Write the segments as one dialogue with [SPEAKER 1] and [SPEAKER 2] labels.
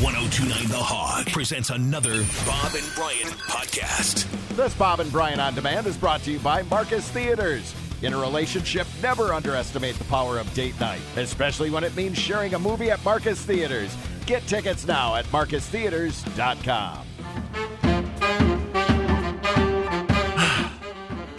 [SPEAKER 1] 1029 The Hog presents another Bob and Brian podcast.
[SPEAKER 2] This Bob and Brian on Demand is brought to you by Marcus Theaters. In a relationship, never underestimate the power of date night, especially when it means sharing a movie at Marcus Theaters. Get tickets now at marcustheaters.com.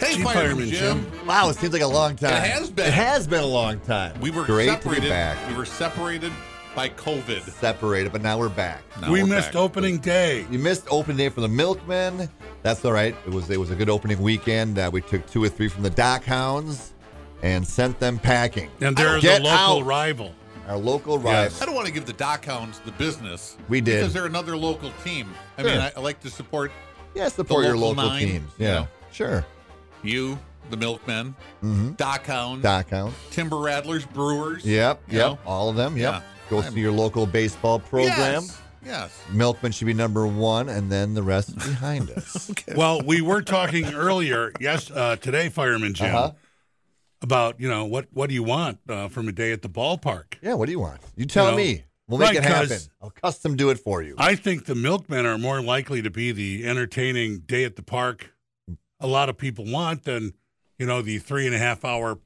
[SPEAKER 3] Hey, Fireman
[SPEAKER 4] Chief Fireman
[SPEAKER 3] Jim.
[SPEAKER 4] Wow, it seems like a long time.
[SPEAKER 3] It has been.
[SPEAKER 4] It has been a long time.
[SPEAKER 3] We were
[SPEAKER 4] great
[SPEAKER 3] separated.
[SPEAKER 4] to be back.
[SPEAKER 3] We were separated by COVID.
[SPEAKER 4] separated, but now we're back.
[SPEAKER 3] Now
[SPEAKER 4] we
[SPEAKER 3] we're
[SPEAKER 4] missed.
[SPEAKER 3] back.
[SPEAKER 5] opening day.
[SPEAKER 4] You missed open day for the Milkmen. That's all right. It was it was a good opening weekend. Uh, we took two or three from the Dock Hounds and sent them packing.
[SPEAKER 5] And there is
[SPEAKER 4] Get
[SPEAKER 5] a local
[SPEAKER 4] out.
[SPEAKER 5] rival.
[SPEAKER 4] Our local
[SPEAKER 3] I
[SPEAKER 4] rival.
[SPEAKER 3] don't want to give the Dockhounds the business.
[SPEAKER 4] We did.
[SPEAKER 3] because they're another local team. I
[SPEAKER 4] Sure.
[SPEAKER 3] mean, I, I like to support
[SPEAKER 4] Yeah, support
[SPEAKER 3] The
[SPEAKER 4] your
[SPEAKER 3] local
[SPEAKER 4] local
[SPEAKER 3] nine.
[SPEAKER 4] teams. Yeah,
[SPEAKER 3] Yeah. Mm-hmm.
[SPEAKER 4] sure.
[SPEAKER 3] you, the Milkmen,
[SPEAKER 4] Mm-hmm.
[SPEAKER 3] Dockhounds,
[SPEAKER 4] Dock Hounds.
[SPEAKER 3] Timber Rattlers, Brewers.
[SPEAKER 4] Yep,
[SPEAKER 3] you
[SPEAKER 4] yep.
[SPEAKER 3] know?
[SPEAKER 4] All of them. Yep.
[SPEAKER 3] Yeah.
[SPEAKER 4] Go
[SPEAKER 3] I'm-
[SPEAKER 4] through your local baseball program.
[SPEAKER 3] Yes. yes.
[SPEAKER 4] Milkmen should be number one, and then the rest is behind us.
[SPEAKER 5] Well, we were talking earlier, yes, uh, today, Fireman Jim,
[SPEAKER 4] Uh-huh.
[SPEAKER 5] about you know what what do you want uh, from a day at the ballpark?
[SPEAKER 4] Yeah, what do you want? You tell
[SPEAKER 5] know?
[SPEAKER 4] me. We'll make
[SPEAKER 5] Right,
[SPEAKER 4] it happen.
[SPEAKER 5] 'cause-
[SPEAKER 4] I'll custom do it for you.
[SPEAKER 5] I think the milkmen are more likely to be the entertaining day at the park. A lot of people want than you know the three and a half hour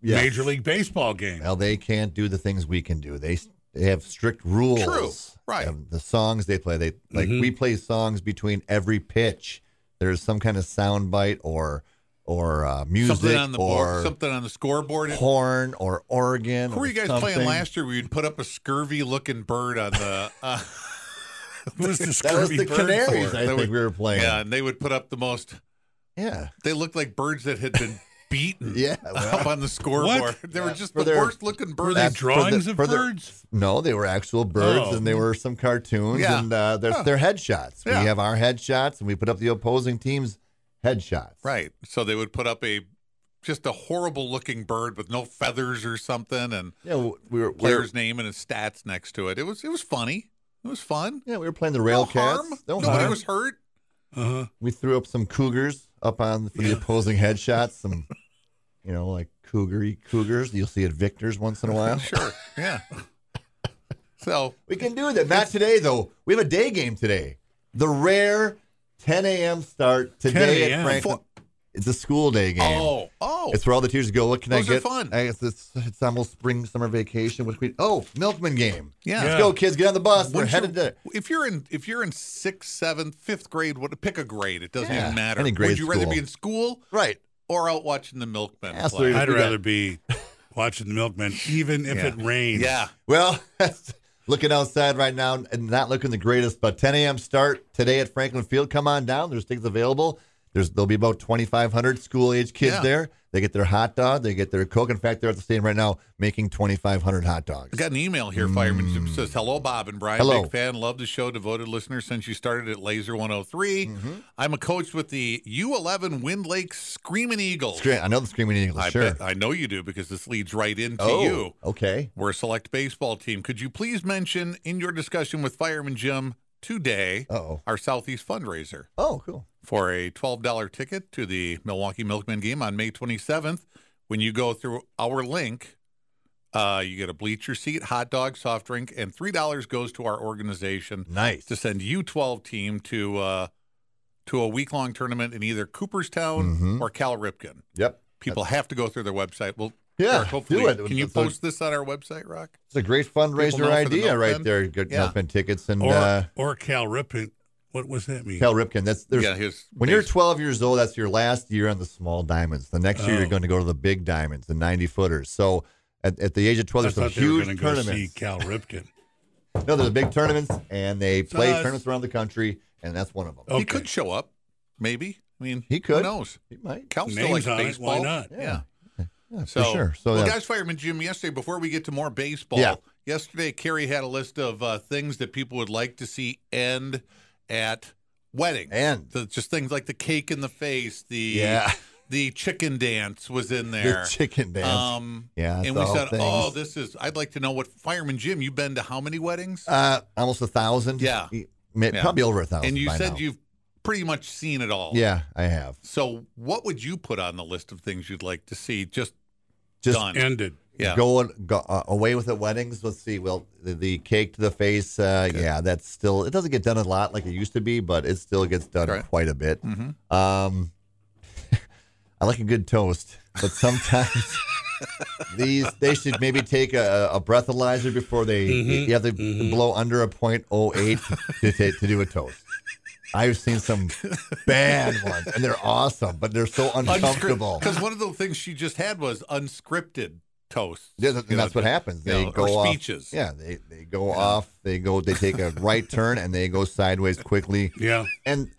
[SPEAKER 4] Yes.
[SPEAKER 5] Major League Baseball game.
[SPEAKER 4] Well, they can't do the things we can do. They they have strict rules.
[SPEAKER 3] True, right. Mm-hmm.
[SPEAKER 4] And the songs they play, they like we play songs between every pitch. There's some kind of sound bite or or uh, music
[SPEAKER 3] Something on the
[SPEAKER 4] or
[SPEAKER 3] board, something on the scoreboard.
[SPEAKER 4] horn or organ.
[SPEAKER 3] Who
[SPEAKER 4] or
[SPEAKER 3] were you guys
[SPEAKER 4] something.
[SPEAKER 3] playing last year? We'd put up a scurvy-looking bird on the. Uh,
[SPEAKER 5] Who is this
[SPEAKER 4] That was
[SPEAKER 5] Kirby
[SPEAKER 4] the
[SPEAKER 5] Bird
[SPEAKER 4] Canaries. eh?
[SPEAKER 5] for?
[SPEAKER 4] I think we were playing.
[SPEAKER 3] yeah, and they would put up the most.
[SPEAKER 4] yeah.
[SPEAKER 3] They looked like birds that had been beaten.
[SPEAKER 4] Yeah,
[SPEAKER 3] up on the scoreboard. They were just
[SPEAKER 4] For
[SPEAKER 3] the
[SPEAKER 4] their-
[SPEAKER 3] worst looking birds.
[SPEAKER 5] they
[SPEAKER 4] That's for the-
[SPEAKER 5] drawings of
[SPEAKER 4] for the-
[SPEAKER 5] birds?
[SPEAKER 4] no, they were actual birds,
[SPEAKER 5] Oh.
[SPEAKER 4] and they were some cartoons,
[SPEAKER 3] Yeah.
[SPEAKER 4] and uh, they're, they're headshots.
[SPEAKER 3] Yeah.
[SPEAKER 4] We have our headshots, and we put up the opposing team's headshots.
[SPEAKER 3] Right. So they would put up a just a horrible looking bird with no feathers or something and
[SPEAKER 4] Yeah, w- we were, we were
[SPEAKER 3] player's name and his stats next to it. It was it was funny. It was fun.
[SPEAKER 4] yeah we were playing the rail
[SPEAKER 3] no
[SPEAKER 4] cats.
[SPEAKER 3] harm.
[SPEAKER 4] No
[SPEAKER 3] Nobody
[SPEAKER 4] harm.
[SPEAKER 3] was hurt.
[SPEAKER 5] Uh-huh.
[SPEAKER 4] We threw up some cougars up on for the opposing headshots. Some, you know, like cougary cougars. You'll see at Victor's once in a while.
[SPEAKER 3] Sure. Yeah. so
[SPEAKER 4] We can do that. Not today though. We have a day game today. The rare 10 a.m. start
[SPEAKER 5] 10
[SPEAKER 4] today at
[SPEAKER 5] a.m..
[SPEAKER 4] Franklin. It's a school day game.
[SPEAKER 3] oh oh
[SPEAKER 4] It's where all the teachers go. What can
[SPEAKER 3] Those
[SPEAKER 4] I
[SPEAKER 3] are
[SPEAKER 4] get?
[SPEAKER 3] fun.
[SPEAKER 4] I guess it's, it's almost spring, summer vacation. What can we, oh, Milkman game.
[SPEAKER 3] Yeah.
[SPEAKER 4] Let's
[SPEAKER 5] Yeah.
[SPEAKER 4] go, kids. Get on the bus. We're
[SPEAKER 3] Once
[SPEAKER 4] headed
[SPEAKER 3] you're-
[SPEAKER 4] to.
[SPEAKER 3] if you're in if you're in sixth, seventh, fifth grade, what pick a grade. It doesn't
[SPEAKER 4] Yeah,
[SPEAKER 3] even matter.
[SPEAKER 4] any grade
[SPEAKER 3] Would you rather
[SPEAKER 4] school.
[SPEAKER 3] be in school
[SPEAKER 4] Right.
[SPEAKER 3] or out watching the milkmen
[SPEAKER 4] Yeah, so
[SPEAKER 3] play?
[SPEAKER 4] you're-
[SPEAKER 5] I'd
[SPEAKER 4] do that.
[SPEAKER 5] rather be watching the milkmen, even if
[SPEAKER 3] Yeah.
[SPEAKER 5] it rains.
[SPEAKER 3] yeah.
[SPEAKER 4] Well, looking outside right now and not looking the greatest, but 10 a.m. start today at Franklin Field. Come on down. There's tickets available. There's there'll be about 2,500 school age kids
[SPEAKER 3] Yeah.
[SPEAKER 4] there. They get their hot dog. They get their coke. In fact, they're at the stadium right now making 2,500 hot
[SPEAKER 3] I
[SPEAKER 4] dogs.
[SPEAKER 3] got an email here, Fireman Jim says, Hello, Bob and Brian.
[SPEAKER 4] Hello.
[SPEAKER 3] Big fan, love the show, devoted listener since you started at Laser 103.
[SPEAKER 4] Mm-hmm.
[SPEAKER 3] I'm a coach with the U11 Wind Lake Screaming Eagles.
[SPEAKER 4] Scre- I know the screaming Eagles.
[SPEAKER 3] I,
[SPEAKER 4] sure.
[SPEAKER 3] bet, I know you do because this leads right into
[SPEAKER 4] oh,
[SPEAKER 3] you.
[SPEAKER 4] okay.
[SPEAKER 3] We're a select baseball team. Could you please mention in your discussion with Fireman Jim today
[SPEAKER 4] Uh-oh.
[SPEAKER 3] our Southeast fundraiser?
[SPEAKER 4] Oh, cool.
[SPEAKER 3] for a $12 ticket to the Milwaukee Milkmen game on May 27th. When you go through our link, uh, you get a bleacher seat, hot dog, soft drink, and $3 goes to our organization
[SPEAKER 4] Nice.
[SPEAKER 3] to send U12 team to uh, to a week long tournament in either Cooperstown
[SPEAKER 4] Mhm.
[SPEAKER 3] or Cal Ripken.
[SPEAKER 4] Yep.
[SPEAKER 3] People have to go through their website. Well,
[SPEAKER 4] Yeah,
[SPEAKER 3] Eric, hopefully,
[SPEAKER 4] do it.
[SPEAKER 3] Can you
[SPEAKER 4] It's a-
[SPEAKER 3] post this on our website, Rock?
[SPEAKER 4] It's a great
[SPEAKER 3] People
[SPEAKER 4] fundraiser
[SPEAKER 3] know for the
[SPEAKER 4] idea right
[SPEAKER 3] Milkmen.
[SPEAKER 4] there. Good
[SPEAKER 3] Yeah.
[SPEAKER 4] Milkman tickets and
[SPEAKER 5] Or
[SPEAKER 4] uh,
[SPEAKER 5] or Cal Ripken. What was that mean?
[SPEAKER 4] Cal Ripken. That's there's
[SPEAKER 3] yeah, his
[SPEAKER 4] When you're
[SPEAKER 3] base-
[SPEAKER 4] 12 years old, that's your last year on the small diamonds. The next year, you're
[SPEAKER 5] Oh.
[SPEAKER 4] going to go to the big diamonds, the 90 footers. So at, at the age of
[SPEAKER 5] I
[SPEAKER 4] 12, there's some
[SPEAKER 5] thought they were
[SPEAKER 4] huge
[SPEAKER 5] going to go see
[SPEAKER 4] tournaments.
[SPEAKER 5] Cal Ripken.
[SPEAKER 4] No, there's big tournaments, and they play
[SPEAKER 5] us.
[SPEAKER 4] tournaments around the country, and that's one of them.
[SPEAKER 5] Okay.
[SPEAKER 3] he could show up, maybe. I mean,
[SPEAKER 4] He could.
[SPEAKER 3] Who knows?
[SPEAKER 4] He might.
[SPEAKER 3] Cal still likes
[SPEAKER 5] Names on it,
[SPEAKER 3] baseball.
[SPEAKER 5] why not?
[SPEAKER 3] Yeah.
[SPEAKER 4] Yeah,
[SPEAKER 3] So,
[SPEAKER 4] for sure. So
[SPEAKER 3] well,
[SPEAKER 4] yeah.
[SPEAKER 3] guys, Fireman Jim, yesterday, before we get to more baseball,
[SPEAKER 4] Yeah.
[SPEAKER 3] yesterday, Carrie had a list of uh, things that people would like to see end at weddings.
[SPEAKER 4] And-
[SPEAKER 3] The- just things like the cake in the face, the
[SPEAKER 4] Yeah.
[SPEAKER 3] the chicken dance was in there.
[SPEAKER 4] the chicken dance.
[SPEAKER 3] Um,
[SPEAKER 4] Yeah,
[SPEAKER 3] and
[SPEAKER 4] the
[SPEAKER 3] we
[SPEAKER 4] whole
[SPEAKER 3] said,
[SPEAKER 4] things.
[SPEAKER 3] oh, this is, I'd like to know what, Fireman Jim, you've been to how many weddings?
[SPEAKER 4] uh, almost a thousand.
[SPEAKER 3] Yeah.
[SPEAKER 4] E- ma-
[SPEAKER 3] Yeah.
[SPEAKER 4] Probably over a thousand.
[SPEAKER 3] and you
[SPEAKER 4] by
[SPEAKER 3] said
[SPEAKER 4] now.
[SPEAKER 3] you've pretty much seen it all.
[SPEAKER 4] Yeah, I have.
[SPEAKER 3] So what would you put on the list of things you'd like to see just,
[SPEAKER 4] Just
[SPEAKER 3] done?
[SPEAKER 5] Ended.
[SPEAKER 3] Yeah.
[SPEAKER 4] Going go, uh, away with it. Weddings. Let's see. Well, the, the cake to the face. Uh, Yeah, that's still. It doesn't get done a lot like it used to be, but it still gets done
[SPEAKER 3] Right. Mm-hmm.
[SPEAKER 4] quite a bit. Um, I like a good toast, but sometimes these they should maybe take a, a breathalyzer before they.
[SPEAKER 3] Mm-hmm.
[SPEAKER 4] You have to blow under a point oh eight to, ta- to do a toast. I've seen some bad ones, and they're awesome, but they're so uncomfortable.
[SPEAKER 3] Because one of the things she just had was unscripted toast.
[SPEAKER 4] Yeah, th- and that's what happens. They go
[SPEAKER 3] or
[SPEAKER 4] off.
[SPEAKER 3] speeches.
[SPEAKER 4] Yeah, they, they go off. They go. They take a right turn and they go sideways quickly.
[SPEAKER 5] Yeah.
[SPEAKER 4] And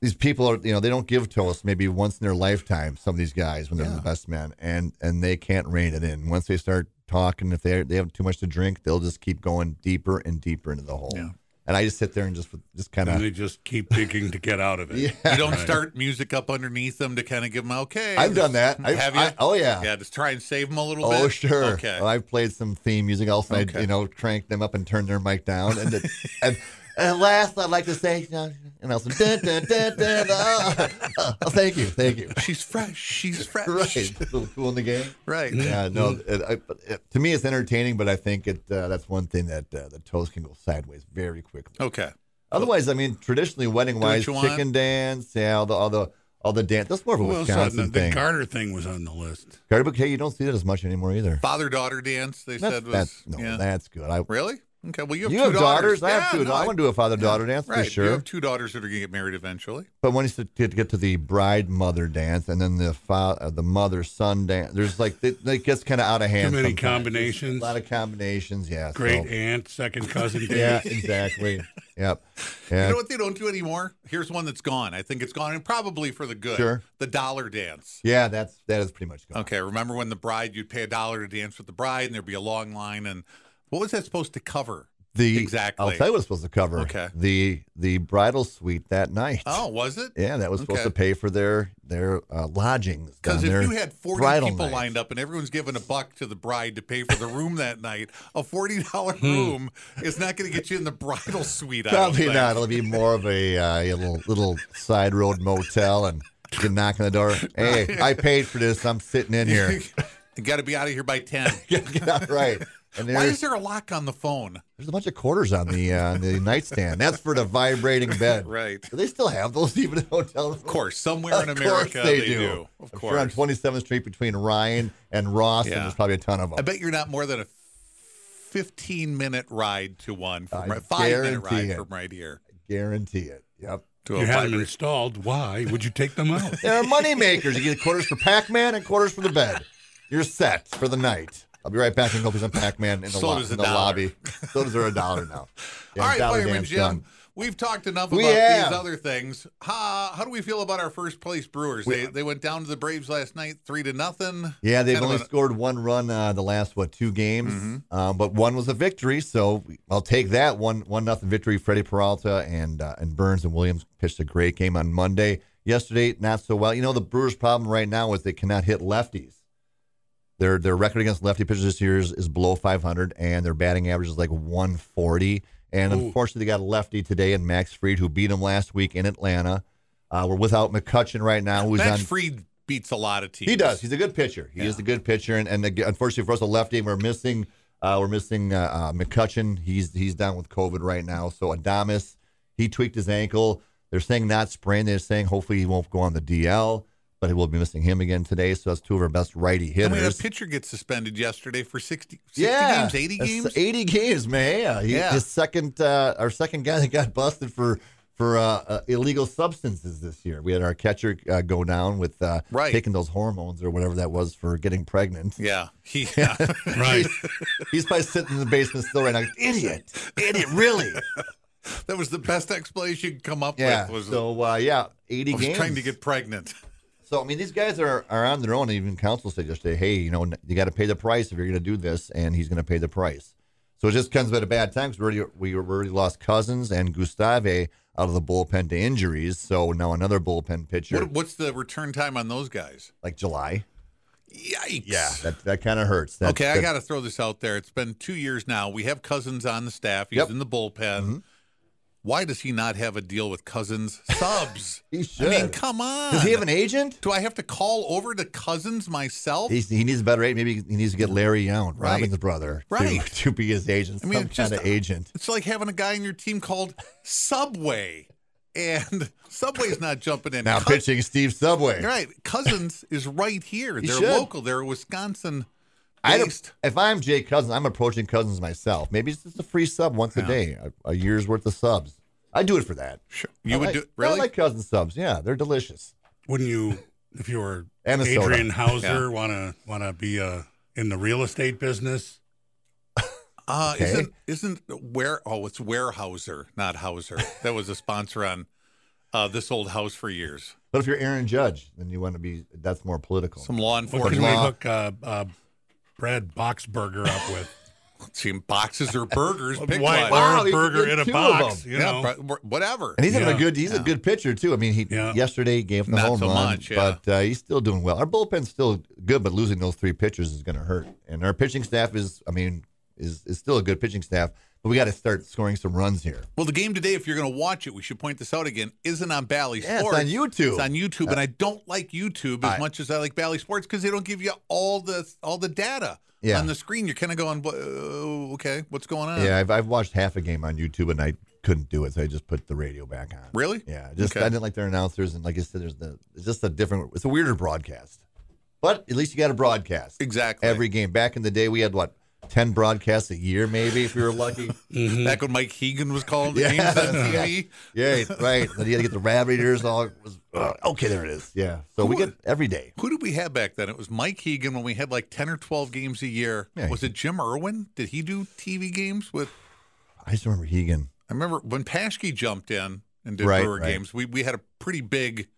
[SPEAKER 4] these people are, you know, they don't give toast maybe once in their lifetime. Some of these guys when they're the best men, and and they can't rein it in. Once they start talking, if they they have too much to drink, they'll just keep going deeper and deeper into the hole. And I just sit there and just just kind
[SPEAKER 5] And
[SPEAKER 4] of.
[SPEAKER 5] they just keep thinking to get out of it.
[SPEAKER 4] Yeah.
[SPEAKER 3] You don't start music up underneath them to kind of give them okay. hmm,
[SPEAKER 4] I've done that. I've-
[SPEAKER 3] Have you?
[SPEAKER 4] I- oh, yeah.
[SPEAKER 3] Yeah, just try and save them a little bit.
[SPEAKER 4] Oh sure.
[SPEAKER 3] Okay.
[SPEAKER 4] Well, I've played some theme music. Also, I
[SPEAKER 3] Okay.
[SPEAKER 4] you know cranked them up and turned their mic down. And the, and, and at last, I'd like to say, you know, and also, dun, dun, dun, dun, oh, oh, thank you, thank you.
[SPEAKER 3] she's fresh. She's fresh.
[SPEAKER 4] Right, a little cool in the game.
[SPEAKER 3] Right.
[SPEAKER 4] Yeah, no. It, I, but it, to me, it's entertaining, but I think it uh, that's one thing that uh, the toast can go sideways very quickly.
[SPEAKER 3] Okay.
[SPEAKER 4] Otherwise, I mean, traditionally wedding wise,
[SPEAKER 3] Oh. Do what you
[SPEAKER 4] chicken
[SPEAKER 3] want.
[SPEAKER 4] dance, yeah, all the all the all the dance. That's more of a
[SPEAKER 5] Who else on the,
[SPEAKER 4] Wisconsin
[SPEAKER 5] the
[SPEAKER 4] thing.
[SPEAKER 5] Carter thing was on the list.
[SPEAKER 4] Garter bouquet, you don't see that as much anymore either.
[SPEAKER 3] Father daughter dance. They
[SPEAKER 4] That's,
[SPEAKER 3] said was
[SPEAKER 4] that's no,
[SPEAKER 3] yeah.
[SPEAKER 4] that's good. I,
[SPEAKER 3] really okay. Well, you have
[SPEAKER 4] you
[SPEAKER 3] two
[SPEAKER 4] have daughters. I have
[SPEAKER 3] Yeah,
[SPEAKER 4] two.
[SPEAKER 3] no,
[SPEAKER 4] I want to do a father daughter dance
[SPEAKER 3] Right.
[SPEAKER 4] for sure.
[SPEAKER 3] You have two daughters that are going to get married eventually.
[SPEAKER 4] But when you to get get to the bride mother dance and then the fa- uh, the mother son dance, there's like it, it gets kind of out of hand.
[SPEAKER 5] many
[SPEAKER 4] sometimes.
[SPEAKER 5] combinations.
[SPEAKER 4] A lot of combinations. Yeah.
[SPEAKER 5] Great
[SPEAKER 4] so-
[SPEAKER 5] aunt, second cousin.
[SPEAKER 4] yeah.
[SPEAKER 5] Dave.
[SPEAKER 4] Exactly. yep.
[SPEAKER 3] You
[SPEAKER 4] Yeah.
[SPEAKER 3] know what they don't do anymore? Here's one that's gone. I think it's gone, and probably for the good.
[SPEAKER 4] Sure.
[SPEAKER 3] The dollar dance.
[SPEAKER 4] yeah. That's that is pretty much gone.
[SPEAKER 3] Okay, remember when the bride you'd pay a dollar to dance with the bride, and there'd be a long line, and what was that supposed to cover?
[SPEAKER 4] The
[SPEAKER 3] exactly.
[SPEAKER 4] I'll tell you what it's supposed to cover.
[SPEAKER 3] Okay.
[SPEAKER 4] The the bridal suite that night.
[SPEAKER 3] Oh, was it?
[SPEAKER 4] Yeah, that was supposed
[SPEAKER 3] Okay.
[SPEAKER 4] to pay for their their uh, lodgings.
[SPEAKER 3] Because if
[SPEAKER 4] down there.
[SPEAKER 3] you had 40
[SPEAKER 4] bridal
[SPEAKER 3] people
[SPEAKER 4] night.
[SPEAKER 3] lined up and everyone's giving a buck to the bride to pay for the room that night, a $40 room is not going to get you in the bridal suite. I don't
[SPEAKER 4] Probably
[SPEAKER 3] think.
[SPEAKER 4] not. It'll be more of a, uh, a little, little side road motel and you knock on the door. Hey, I paid for this. I'm sitting in here.
[SPEAKER 3] you got to be out of here by 10.
[SPEAKER 4] Get out right. And
[SPEAKER 3] Why is
[SPEAKER 4] there's,
[SPEAKER 3] there a lock on the phone?
[SPEAKER 4] there's a bunch of quarters on the uh, on the nightstand. That's for the vibrating bed.
[SPEAKER 3] Right.
[SPEAKER 4] Do they still have those even in hotels?
[SPEAKER 3] Of course, somewhere in
[SPEAKER 4] Of course
[SPEAKER 3] America they, do. Of
[SPEAKER 4] I'm
[SPEAKER 3] course.
[SPEAKER 4] sure on 27th Street between Ryan and Ross, and
[SPEAKER 3] Yeah.
[SPEAKER 4] there's probably a ton of them.
[SPEAKER 3] I bet you're not more than a 15 minute ride to one, from
[SPEAKER 4] I
[SPEAKER 3] right, five minute
[SPEAKER 4] guarantee
[SPEAKER 3] ride
[SPEAKER 4] it.
[SPEAKER 3] from right here.
[SPEAKER 4] Guarantee it. Yep.
[SPEAKER 3] To
[SPEAKER 5] You had them
[SPEAKER 3] vibrate-
[SPEAKER 5] installed. Why would you take them out?
[SPEAKER 4] There are money makers. You get quarters for Pac-Man and quarters for the bed. You're set for the night. I'll be right back and go play some Pac-Man in the,
[SPEAKER 3] So
[SPEAKER 4] lo-
[SPEAKER 3] does
[SPEAKER 4] in
[SPEAKER 3] a
[SPEAKER 4] the
[SPEAKER 3] dollar.
[SPEAKER 4] lobby. So does there a dollar now. Yeah,
[SPEAKER 3] All right,
[SPEAKER 4] dollar
[SPEAKER 3] Fireman
[SPEAKER 4] dance
[SPEAKER 3] Jim.
[SPEAKER 4] done.
[SPEAKER 3] We've talked enough
[SPEAKER 4] We
[SPEAKER 3] about
[SPEAKER 4] have.
[SPEAKER 3] these other things. How, how do we feel about our first place Brewers? They, they went down to the Braves last night, three to nothing.
[SPEAKER 4] Yeah, they've
[SPEAKER 3] Kind of
[SPEAKER 4] only
[SPEAKER 3] an- Mm-hmm.
[SPEAKER 4] scored one run uh, the last what two games, um, but one was a victory, so I'll take that one one nothing victory. Freddie Peralta and uh, and Burns and Williams pitched a great game on Monday. Yesterday, not so well. You know, the Brewers' problem right now is they cannot hit lefties. Their their record against lefty pitchers this year is, is below 500, and their batting average is like 140. And unfortunately, they got a lefty today in Max Fried, who beat him last week in Atlanta. Uh, we're without McCutcheon right now, who's
[SPEAKER 3] Max
[SPEAKER 4] on
[SPEAKER 3] Fried beats a lot of teams.
[SPEAKER 4] he does. He's a good pitcher. He is a good pitcher, and, and ag- unfortunately for us, a lefty, we're missing. Uh, we're missing uh, uh, McCutcheon. He's he's down with COVID right now. So Adamas, he tweaked his ankle. They're saying not sprain. They're saying hopefully he won't go on the DL, but we'll be missing him again today. So that's two of our best righty
[SPEAKER 3] I mean, a
[SPEAKER 4] hitters.
[SPEAKER 3] pitcher gets suspended yesterday for 60, 60 games, 80
[SPEAKER 4] that's
[SPEAKER 3] games.
[SPEAKER 4] eighty games, man. Yeah, He-
[SPEAKER 3] Yeah.
[SPEAKER 4] his second, uh, our second guy that got busted for for uh, uh, illegal substances this year. We had our catcher uh, go down with uh,
[SPEAKER 3] Right.
[SPEAKER 4] taking those hormones or whatever that was for getting pregnant.
[SPEAKER 3] Yeah. He, yeah.
[SPEAKER 5] Right.
[SPEAKER 4] He's probably sitting in the basement still right now. Idiot, idiot, really?
[SPEAKER 3] that was the best explanation you could come up
[SPEAKER 4] Yeah.
[SPEAKER 3] with. Was,
[SPEAKER 4] so uh, yeah, eighty
[SPEAKER 3] I was
[SPEAKER 4] games.
[SPEAKER 3] trying to get pregnant.
[SPEAKER 4] So I mean, these guys are, are on their own. Even counsel said yesterday, "Hey, you know, you got to pay the price if you're going to do this," and he's going to pay the price. So it just comes at a bad time because we already we already lost Cousins and Gustave out of the bullpen to injuries. So now another bullpen pitcher,
[SPEAKER 3] What, what's the return time on those guys?
[SPEAKER 4] like July,
[SPEAKER 3] Yikes.
[SPEAKER 4] that that kind of hurts. That's,
[SPEAKER 3] okay, I
[SPEAKER 4] that's-
[SPEAKER 3] got to throw this out there. It's been two years now. We have Cousins on the staff. He's
[SPEAKER 4] Yep. Mm-hmm.
[SPEAKER 3] in the bullpen. Why does he not have a deal with Cousins subs?
[SPEAKER 4] He
[SPEAKER 3] I mean,
[SPEAKER 4] should.
[SPEAKER 3] come on.
[SPEAKER 4] Does he have an agent?
[SPEAKER 3] Do I have to call over to Cousins myself?
[SPEAKER 4] He's, he needs a better agent. Maybe he needs to get Larry Young,
[SPEAKER 3] Right.
[SPEAKER 4] Robin's brother, to-
[SPEAKER 3] Right.
[SPEAKER 4] to, be his agent.
[SPEAKER 3] I mean,
[SPEAKER 4] some
[SPEAKER 3] it's just-
[SPEAKER 4] kind of agent.
[SPEAKER 3] It's like having a guy on your team called Subway, and Subway's not jumping in.
[SPEAKER 4] Now
[SPEAKER 3] Cous-
[SPEAKER 4] pitching Steve Subway.
[SPEAKER 3] right? Cousins is right here.
[SPEAKER 4] He
[SPEAKER 3] They're
[SPEAKER 4] should.
[SPEAKER 3] local. They're Wisconsin
[SPEAKER 4] I
[SPEAKER 3] based.
[SPEAKER 4] don't, if I'm Jay Cousins, I'm approaching Cousins myself. Maybe it's just a free sub once a day, a, a year's worth of subs. I do it for that.
[SPEAKER 3] Sure. You
[SPEAKER 4] I
[SPEAKER 3] would
[SPEAKER 4] like-
[SPEAKER 3] do really?
[SPEAKER 4] I like Cousins subs. Yeah, they're delicious.
[SPEAKER 5] Wouldn't you, if you were
[SPEAKER 4] And a soda.
[SPEAKER 5] Adrian Hauser, want to want to be uh, in the real estate business?
[SPEAKER 3] uh,
[SPEAKER 4] Okay.
[SPEAKER 3] Isn't isn't where? Oh, it's Warehouser, not Hauser. That was a sponsor on uh, this old house for years.
[SPEAKER 4] But if you're Aaron Judge, then you want to be. That's more political.
[SPEAKER 3] Some law
[SPEAKER 5] What
[SPEAKER 3] enforcement
[SPEAKER 5] can we
[SPEAKER 4] law.
[SPEAKER 5] hook uh, uh, Brad Boxberger up with?
[SPEAKER 3] team boxes or burgers. Pick
[SPEAKER 5] White
[SPEAKER 3] one.
[SPEAKER 4] Wow,
[SPEAKER 5] Lord
[SPEAKER 4] you
[SPEAKER 5] burger
[SPEAKER 4] did
[SPEAKER 5] in a
[SPEAKER 4] two of
[SPEAKER 5] box.
[SPEAKER 4] them.
[SPEAKER 5] You
[SPEAKER 3] yeah,
[SPEAKER 5] know,
[SPEAKER 3] bro- whatever.
[SPEAKER 4] and he's having a
[SPEAKER 5] Yeah.
[SPEAKER 4] good. He's a good pitcher too. I mean, he
[SPEAKER 5] Yeah.
[SPEAKER 4] yesterday he gave him the
[SPEAKER 3] Not
[SPEAKER 4] home
[SPEAKER 3] so
[SPEAKER 4] run,
[SPEAKER 3] much, yeah.
[SPEAKER 4] but uh, he's still doing well. Our bullpen's still good, but losing those three pitchers is going to hurt. And our pitching staff is, I mean, is is still a good pitching staff, but we got to start scoring some runs here.
[SPEAKER 3] Well, the game today, if you're going to watch it, we should point this out again, isn't on Bally
[SPEAKER 4] Yeah, it's
[SPEAKER 3] Sports.
[SPEAKER 4] on YouTube.
[SPEAKER 3] It's on YouTube, and I don't like YouTube as
[SPEAKER 4] I-
[SPEAKER 3] much as I like Bally Sports because they don't give you all the all the data
[SPEAKER 4] Yeah.
[SPEAKER 3] on the screen. You're kind of going, "Whoa, okay, what's going on?
[SPEAKER 4] Yeah, I've, I've watched half a game on YouTube and I couldn't do it, so I just put the radio back on.
[SPEAKER 3] Really?
[SPEAKER 4] Yeah, just
[SPEAKER 3] Okay.
[SPEAKER 4] I didn't like their announcers, and like I said, there's the it's just a different, it's a weirder broadcast. But at least you got a broadcast
[SPEAKER 3] Exactly.
[SPEAKER 4] every game. Back in the day, we had what ten broadcasts a year, maybe if we were lucky.
[SPEAKER 3] Back when Mike Hegan was calling the
[SPEAKER 4] Mhm. Yeah.
[SPEAKER 3] games on TV.
[SPEAKER 4] yeah, right. Then you had to get the rad readers. All it was uh, okay. There it is. Yeah. So we get every day.
[SPEAKER 3] Who did we have back then? It was Mike Hegan when we had like 10 or 12 games a year.
[SPEAKER 4] Yeah.
[SPEAKER 3] Was it Jim Irwin? Did he do TV games with?
[SPEAKER 4] I just remember Hegan.
[SPEAKER 3] I remember when Paschke jumped in and did
[SPEAKER 4] Right,
[SPEAKER 3] Brewer
[SPEAKER 4] right.
[SPEAKER 3] games, we, we had a pretty big,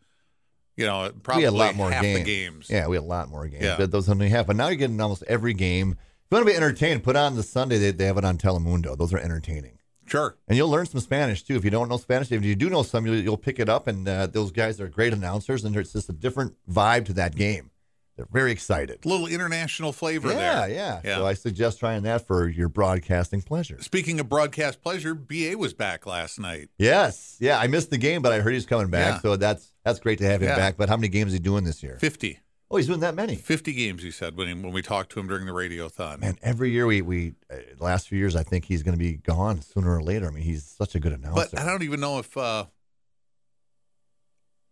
[SPEAKER 3] you know, probably
[SPEAKER 4] we had a lot more
[SPEAKER 3] half
[SPEAKER 4] games.
[SPEAKER 3] the games.
[SPEAKER 4] Yeah, we had a lot more games.
[SPEAKER 3] Yeah.
[SPEAKER 4] That those only half. But now you're getting almost every game. If you want to be entertained, put on the Sunday. They, they have it on Telemundo. Those are entertaining.
[SPEAKER 3] Sure.
[SPEAKER 4] And you'll learn some Spanish too. If you don't know Spanish, if you do know some, you'll, you'll pick it up. And uh, those guys are great announcers, and it's just a different vibe to that game. They're very excited.
[SPEAKER 3] little international flavor
[SPEAKER 4] Yeah,
[SPEAKER 3] there.
[SPEAKER 4] yeah,
[SPEAKER 3] Yeah.
[SPEAKER 4] So I suggest trying that for your broadcasting pleasure.
[SPEAKER 3] Speaking of broadcast pleasure, BA was back last night.
[SPEAKER 4] Yes, yeah. I missed the game, but I heard he's coming back,
[SPEAKER 3] Yeah.
[SPEAKER 4] so that's that's great to have him
[SPEAKER 3] Yeah.
[SPEAKER 4] back. But how many games is he doing this year?
[SPEAKER 3] 50.
[SPEAKER 4] Oh, he's doing that many.
[SPEAKER 3] 50 games, he said, when, he, when we talked to him during the radiothon.
[SPEAKER 4] Man, every year we we uh, last few years, I think he's going to be gone sooner or later. I mean, he's such a good announcer.
[SPEAKER 3] but I don't even know if, uh,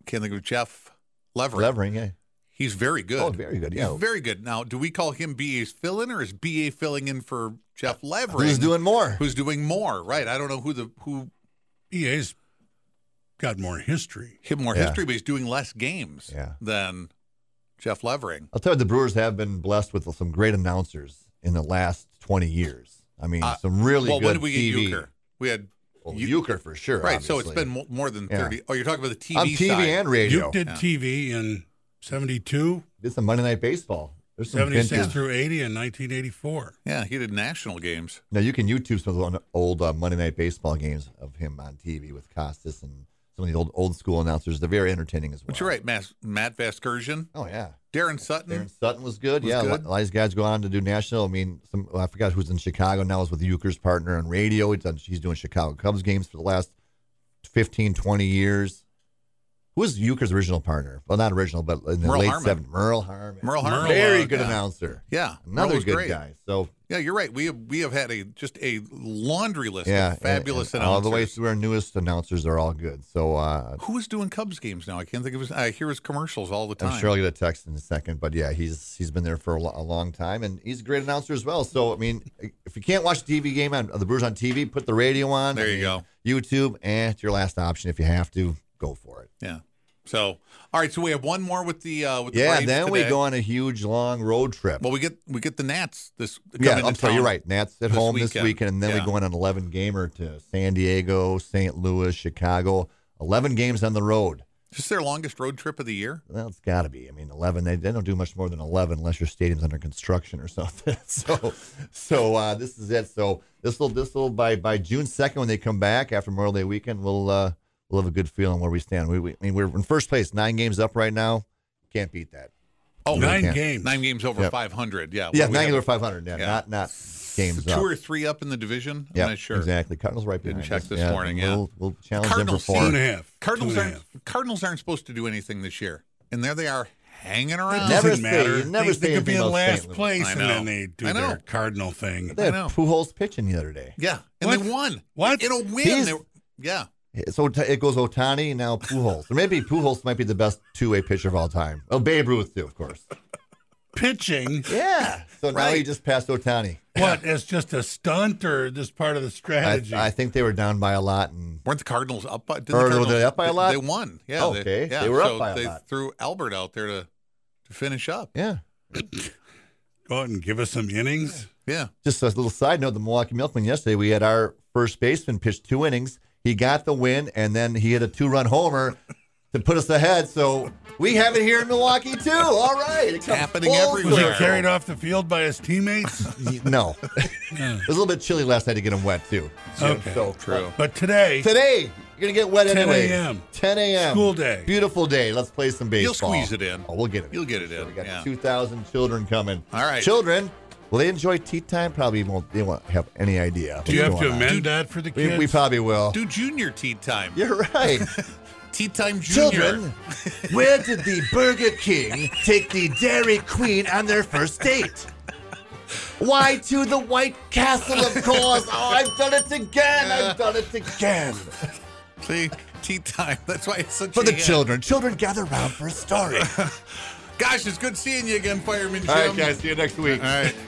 [SPEAKER 3] can't think of Jeff Leverett.
[SPEAKER 4] Levering, yeah.
[SPEAKER 3] He's very good.
[SPEAKER 4] Oh, very good.
[SPEAKER 3] He's
[SPEAKER 4] Yeah,
[SPEAKER 3] very good. Now, do we call him BA's fill in or is BA filling in for Jeff Leverett?
[SPEAKER 4] Uh, who's doing more?
[SPEAKER 3] Who's doing more? Right. I don't know who the, who,
[SPEAKER 5] EA's E got more history.
[SPEAKER 3] him more
[SPEAKER 4] Yeah.
[SPEAKER 3] history, but he's doing less games
[SPEAKER 4] Yeah.
[SPEAKER 3] than Jeff Levering.
[SPEAKER 4] I'll tell you, the Brewers have been blessed with some great announcers in the last twenty years. I mean,
[SPEAKER 3] Uh,
[SPEAKER 4] some really
[SPEAKER 3] well,
[SPEAKER 4] good
[SPEAKER 3] when did we
[SPEAKER 4] TV.
[SPEAKER 3] get Euchre? We had
[SPEAKER 4] Well,
[SPEAKER 3] Eu-
[SPEAKER 4] Euchre for sure.
[SPEAKER 3] Right, so it's
[SPEAKER 4] obviously.
[SPEAKER 3] been mo- more than
[SPEAKER 4] Yeah.
[SPEAKER 3] 30. Oh, you're talking about the TV
[SPEAKER 4] on TV
[SPEAKER 3] side.
[SPEAKER 4] and
[SPEAKER 5] Duke
[SPEAKER 4] radio.
[SPEAKER 5] did
[SPEAKER 3] Yeah.
[SPEAKER 5] TV in 72,
[SPEAKER 4] Did some Monday Night Baseball. There's some
[SPEAKER 5] 76
[SPEAKER 4] vintage-
[SPEAKER 5] through 80, and 1984.
[SPEAKER 3] Yeah, he did national games.
[SPEAKER 4] Now you can YouTube some of the old uh, Monday Night Baseball games of him on TV with Costas and some of the old old school announcers. They're very entertaining as well.
[SPEAKER 3] But you're right, Mas- Matt Vaskersian,
[SPEAKER 4] Oh yeah,
[SPEAKER 3] Darren Sutton.
[SPEAKER 4] Darren Sutton was good.
[SPEAKER 3] Mm-hmm. Was
[SPEAKER 4] yeah, a lot-
[SPEAKER 3] good.
[SPEAKER 4] a lot of these guys go on to do national. I mean, some I forgot who's in Chicago now is with Euchre's partner on radio. He's, done, he's doing Chicago Cubs games for the last 15, 20 years. Who was Euchre's original partner? Well, not original, but in the
[SPEAKER 3] Merle
[SPEAKER 4] late
[SPEAKER 3] Harmon.
[SPEAKER 4] 70s. Merle Harmon.
[SPEAKER 3] Merle Harmon.
[SPEAKER 4] Very
[SPEAKER 5] Merle,
[SPEAKER 4] good
[SPEAKER 5] yeah.
[SPEAKER 4] announcer.
[SPEAKER 3] Yeah,
[SPEAKER 4] Another
[SPEAKER 3] Merle's
[SPEAKER 4] good
[SPEAKER 3] great.
[SPEAKER 4] guy. So
[SPEAKER 3] Yeah, you're right. We have we have had a just a laundry list
[SPEAKER 4] yeah,
[SPEAKER 3] of fabulous
[SPEAKER 4] and, and
[SPEAKER 3] announcers.
[SPEAKER 4] All the way through our newest announcers are all good. So uh,
[SPEAKER 3] Who is doing Cubs games now? I can't think of his. I hear his commercials all the time.
[SPEAKER 4] I'm sure I'll get a text in a second, but yeah, he's he's been there for a, lo- a long time, and he's a great announcer as well. So I mean, if you can't watch the TV game on the Brewers on TV, put the radio on.
[SPEAKER 3] There
[SPEAKER 4] I
[SPEAKER 3] you
[SPEAKER 4] mean,
[SPEAKER 3] go.
[SPEAKER 4] YouTube, eh, it's your last option. If you have to, go for it.
[SPEAKER 3] Yeah. So, all right. So we have one more with the uh, with
[SPEAKER 4] yeah,
[SPEAKER 3] The Braves
[SPEAKER 4] then we
[SPEAKER 3] today.
[SPEAKER 4] go on a huge long road trip.
[SPEAKER 3] Well, we get we get the Nats this.
[SPEAKER 4] yeah,
[SPEAKER 3] coming
[SPEAKER 4] I'm
[SPEAKER 3] to
[SPEAKER 4] sorry, you're
[SPEAKER 3] town.
[SPEAKER 4] right. Nats at
[SPEAKER 3] this
[SPEAKER 4] home this
[SPEAKER 3] weekend.
[SPEAKER 4] weekend, and then
[SPEAKER 3] Yeah.
[SPEAKER 4] we go on an 11 gamer to San Diego, St. Louis, Chicago. 11 games on the road.
[SPEAKER 3] Is this their longest road trip of the year?
[SPEAKER 4] Well, it's got to be. I mean, eleven. They, they don't do much more than eleven unless your stadium's under construction or something. so, so uh, this is it. So this will this will by by June second when they come back after Memorial Day weekend, we'll uh, we'll have a good feeling where we stand. We, we I mean we're in first place, nine games up right now. Can't beat that.
[SPEAKER 3] Oh,
[SPEAKER 5] Nine
[SPEAKER 4] can't.
[SPEAKER 5] games.
[SPEAKER 3] nine games over
[SPEAKER 4] Yep.
[SPEAKER 3] 500. Yeah.
[SPEAKER 4] Yeah,
[SPEAKER 3] we
[SPEAKER 4] nine
[SPEAKER 3] have-
[SPEAKER 4] over five hundred. Yeah,
[SPEAKER 3] Yeah.
[SPEAKER 4] not not games
[SPEAKER 3] two
[SPEAKER 4] up.
[SPEAKER 3] or three up in the division. I'm
[SPEAKER 4] Yeah,
[SPEAKER 3] not sure.
[SPEAKER 4] exactly. Cardinals right
[SPEAKER 3] Didn't
[SPEAKER 4] behind.
[SPEAKER 3] check
[SPEAKER 4] us.
[SPEAKER 3] this morning,
[SPEAKER 4] We'll,
[SPEAKER 3] yeah.
[SPEAKER 4] we'll challenge
[SPEAKER 3] Cardinals
[SPEAKER 5] Two
[SPEAKER 4] them
[SPEAKER 5] and
[SPEAKER 4] for
[SPEAKER 5] a
[SPEAKER 4] four.
[SPEAKER 5] half.
[SPEAKER 3] Cardinals
[SPEAKER 5] Two and a
[SPEAKER 3] aren't
[SPEAKER 5] half.
[SPEAKER 3] Cardinals aren't supposed to do anything this year, and there they are hanging around.
[SPEAKER 4] Never
[SPEAKER 5] Doesn't
[SPEAKER 4] say-
[SPEAKER 5] matter.
[SPEAKER 4] you never
[SPEAKER 5] they,
[SPEAKER 4] say
[SPEAKER 5] they could be
[SPEAKER 4] anything
[SPEAKER 5] in
[SPEAKER 4] about
[SPEAKER 5] last
[SPEAKER 4] St. Louis.
[SPEAKER 5] place,
[SPEAKER 3] I
[SPEAKER 5] and
[SPEAKER 3] know.
[SPEAKER 5] then they do
[SPEAKER 3] I know.
[SPEAKER 5] their cardinal thing.
[SPEAKER 4] They
[SPEAKER 3] I
[SPEAKER 4] had
[SPEAKER 3] know.
[SPEAKER 4] Pujols pitching the other day.
[SPEAKER 3] Yeah, and
[SPEAKER 5] What?
[SPEAKER 3] they won.
[SPEAKER 5] What?
[SPEAKER 3] In a win.
[SPEAKER 4] He's-
[SPEAKER 3] They were- yeah,
[SPEAKER 4] So it goes Otani now Pujols, or maybe Pujols might be the best two-way pitcher of all time. Oh, Babe Ruth too, of course.
[SPEAKER 5] Pitching.
[SPEAKER 4] Yeah. So now he
[SPEAKER 3] Right.
[SPEAKER 4] just passed Otani.
[SPEAKER 5] What as just a stunt or this part of the
[SPEAKER 4] I,
[SPEAKER 5] strategy?
[SPEAKER 4] I think they were down by a lot, and
[SPEAKER 3] weren't the Cardinals up by? Did
[SPEAKER 4] Or were
[SPEAKER 3] the Cardinals,
[SPEAKER 4] they up by a lot?
[SPEAKER 3] They, won. Yeah.
[SPEAKER 4] Oh, okay.
[SPEAKER 3] They, yeah,
[SPEAKER 4] They were up
[SPEAKER 3] so
[SPEAKER 4] by a
[SPEAKER 3] they
[SPEAKER 4] lot.
[SPEAKER 3] threw Albert out there to to finish up.
[SPEAKER 4] yeah.
[SPEAKER 5] Go out and give us some innings.
[SPEAKER 3] Yeah.
[SPEAKER 4] Just a little side note: the Milwaukee Milkmen yesterday, we had our first baseman pitch two innings. He got the win, and then he hit a two-run homer to put us ahead. So we have it here in Milwaukee too. All right, it's
[SPEAKER 3] Happening everywhere.
[SPEAKER 5] Was he
[SPEAKER 3] Where?
[SPEAKER 5] carried off the field by his teammates?
[SPEAKER 4] No, it was a little bit chilly last night to get him wet too.
[SPEAKER 5] Okay.
[SPEAKER 4] so
[SPEAKER 3] True.
[SPEAKER 5] But today,
[SPEAKER 4] Today, you're gonna get wet
[SPEAKER 5] 10
[SPEAKER 4] anyway.
[SPEAKER 5] a.m..
[SPEAKER 4] 10 a.m.
[SPEAKER 5] School day.
[SPEAKER 4] Beautiful day. Let's play some
[SPEAKER 3] You'll
[SPEAKER 4] baseball.
[SPEAKER 3] squeeze it in.
[SPEAKER 4] Oh, we'll get it.
[SPEAKER 3] You'll get it
[SPEAKER 4] So
[SPEAKER 3] in,
[SPEAKER 4] we got
[SPEAKER 3] yeah.
[SPEAKER 4] 2,000 children coming.
[SPEAKER 3] All right.
[SPEAKER 4] Children, will they enjoy tea time? Probably won't. They won't have any idea.
[SPEAKER 5] do you
[SPEAKER 4] what's
[SPEAKER 5] have to
[SPEAKER 4] going on.
[SPEAKER 5] amend that for the
[SPEAKER 4] We,
[SPEAKER 5] kids?
[SPEAKER 4] we probably will.
[SPEAKER 3] Do junior tea time.
[SPEAKER 4] You're right.
[SPEAKER 3] Tea time junior.
[SPEAKER 4] Children, where did the Burger King take the Dairy Queen on their first date? Why to the White Castle, of course? Oh, I've done it again. I've done it again.
[SPEAKER 3] See, tea time. That's why it's such
[SPEAKER 4] For
[SPEAKER 3] a
[SPEAKER 4] the
[SPEAKER 3] hit.
[SPEAKER 4] children. Children gather round for a story.
[SPEAKER 3] Gosh, it's good seeing you again, Fireman Jim.
[SPEAKER 4] All right, guys. See you next week.
[SPEAKER 3] All right.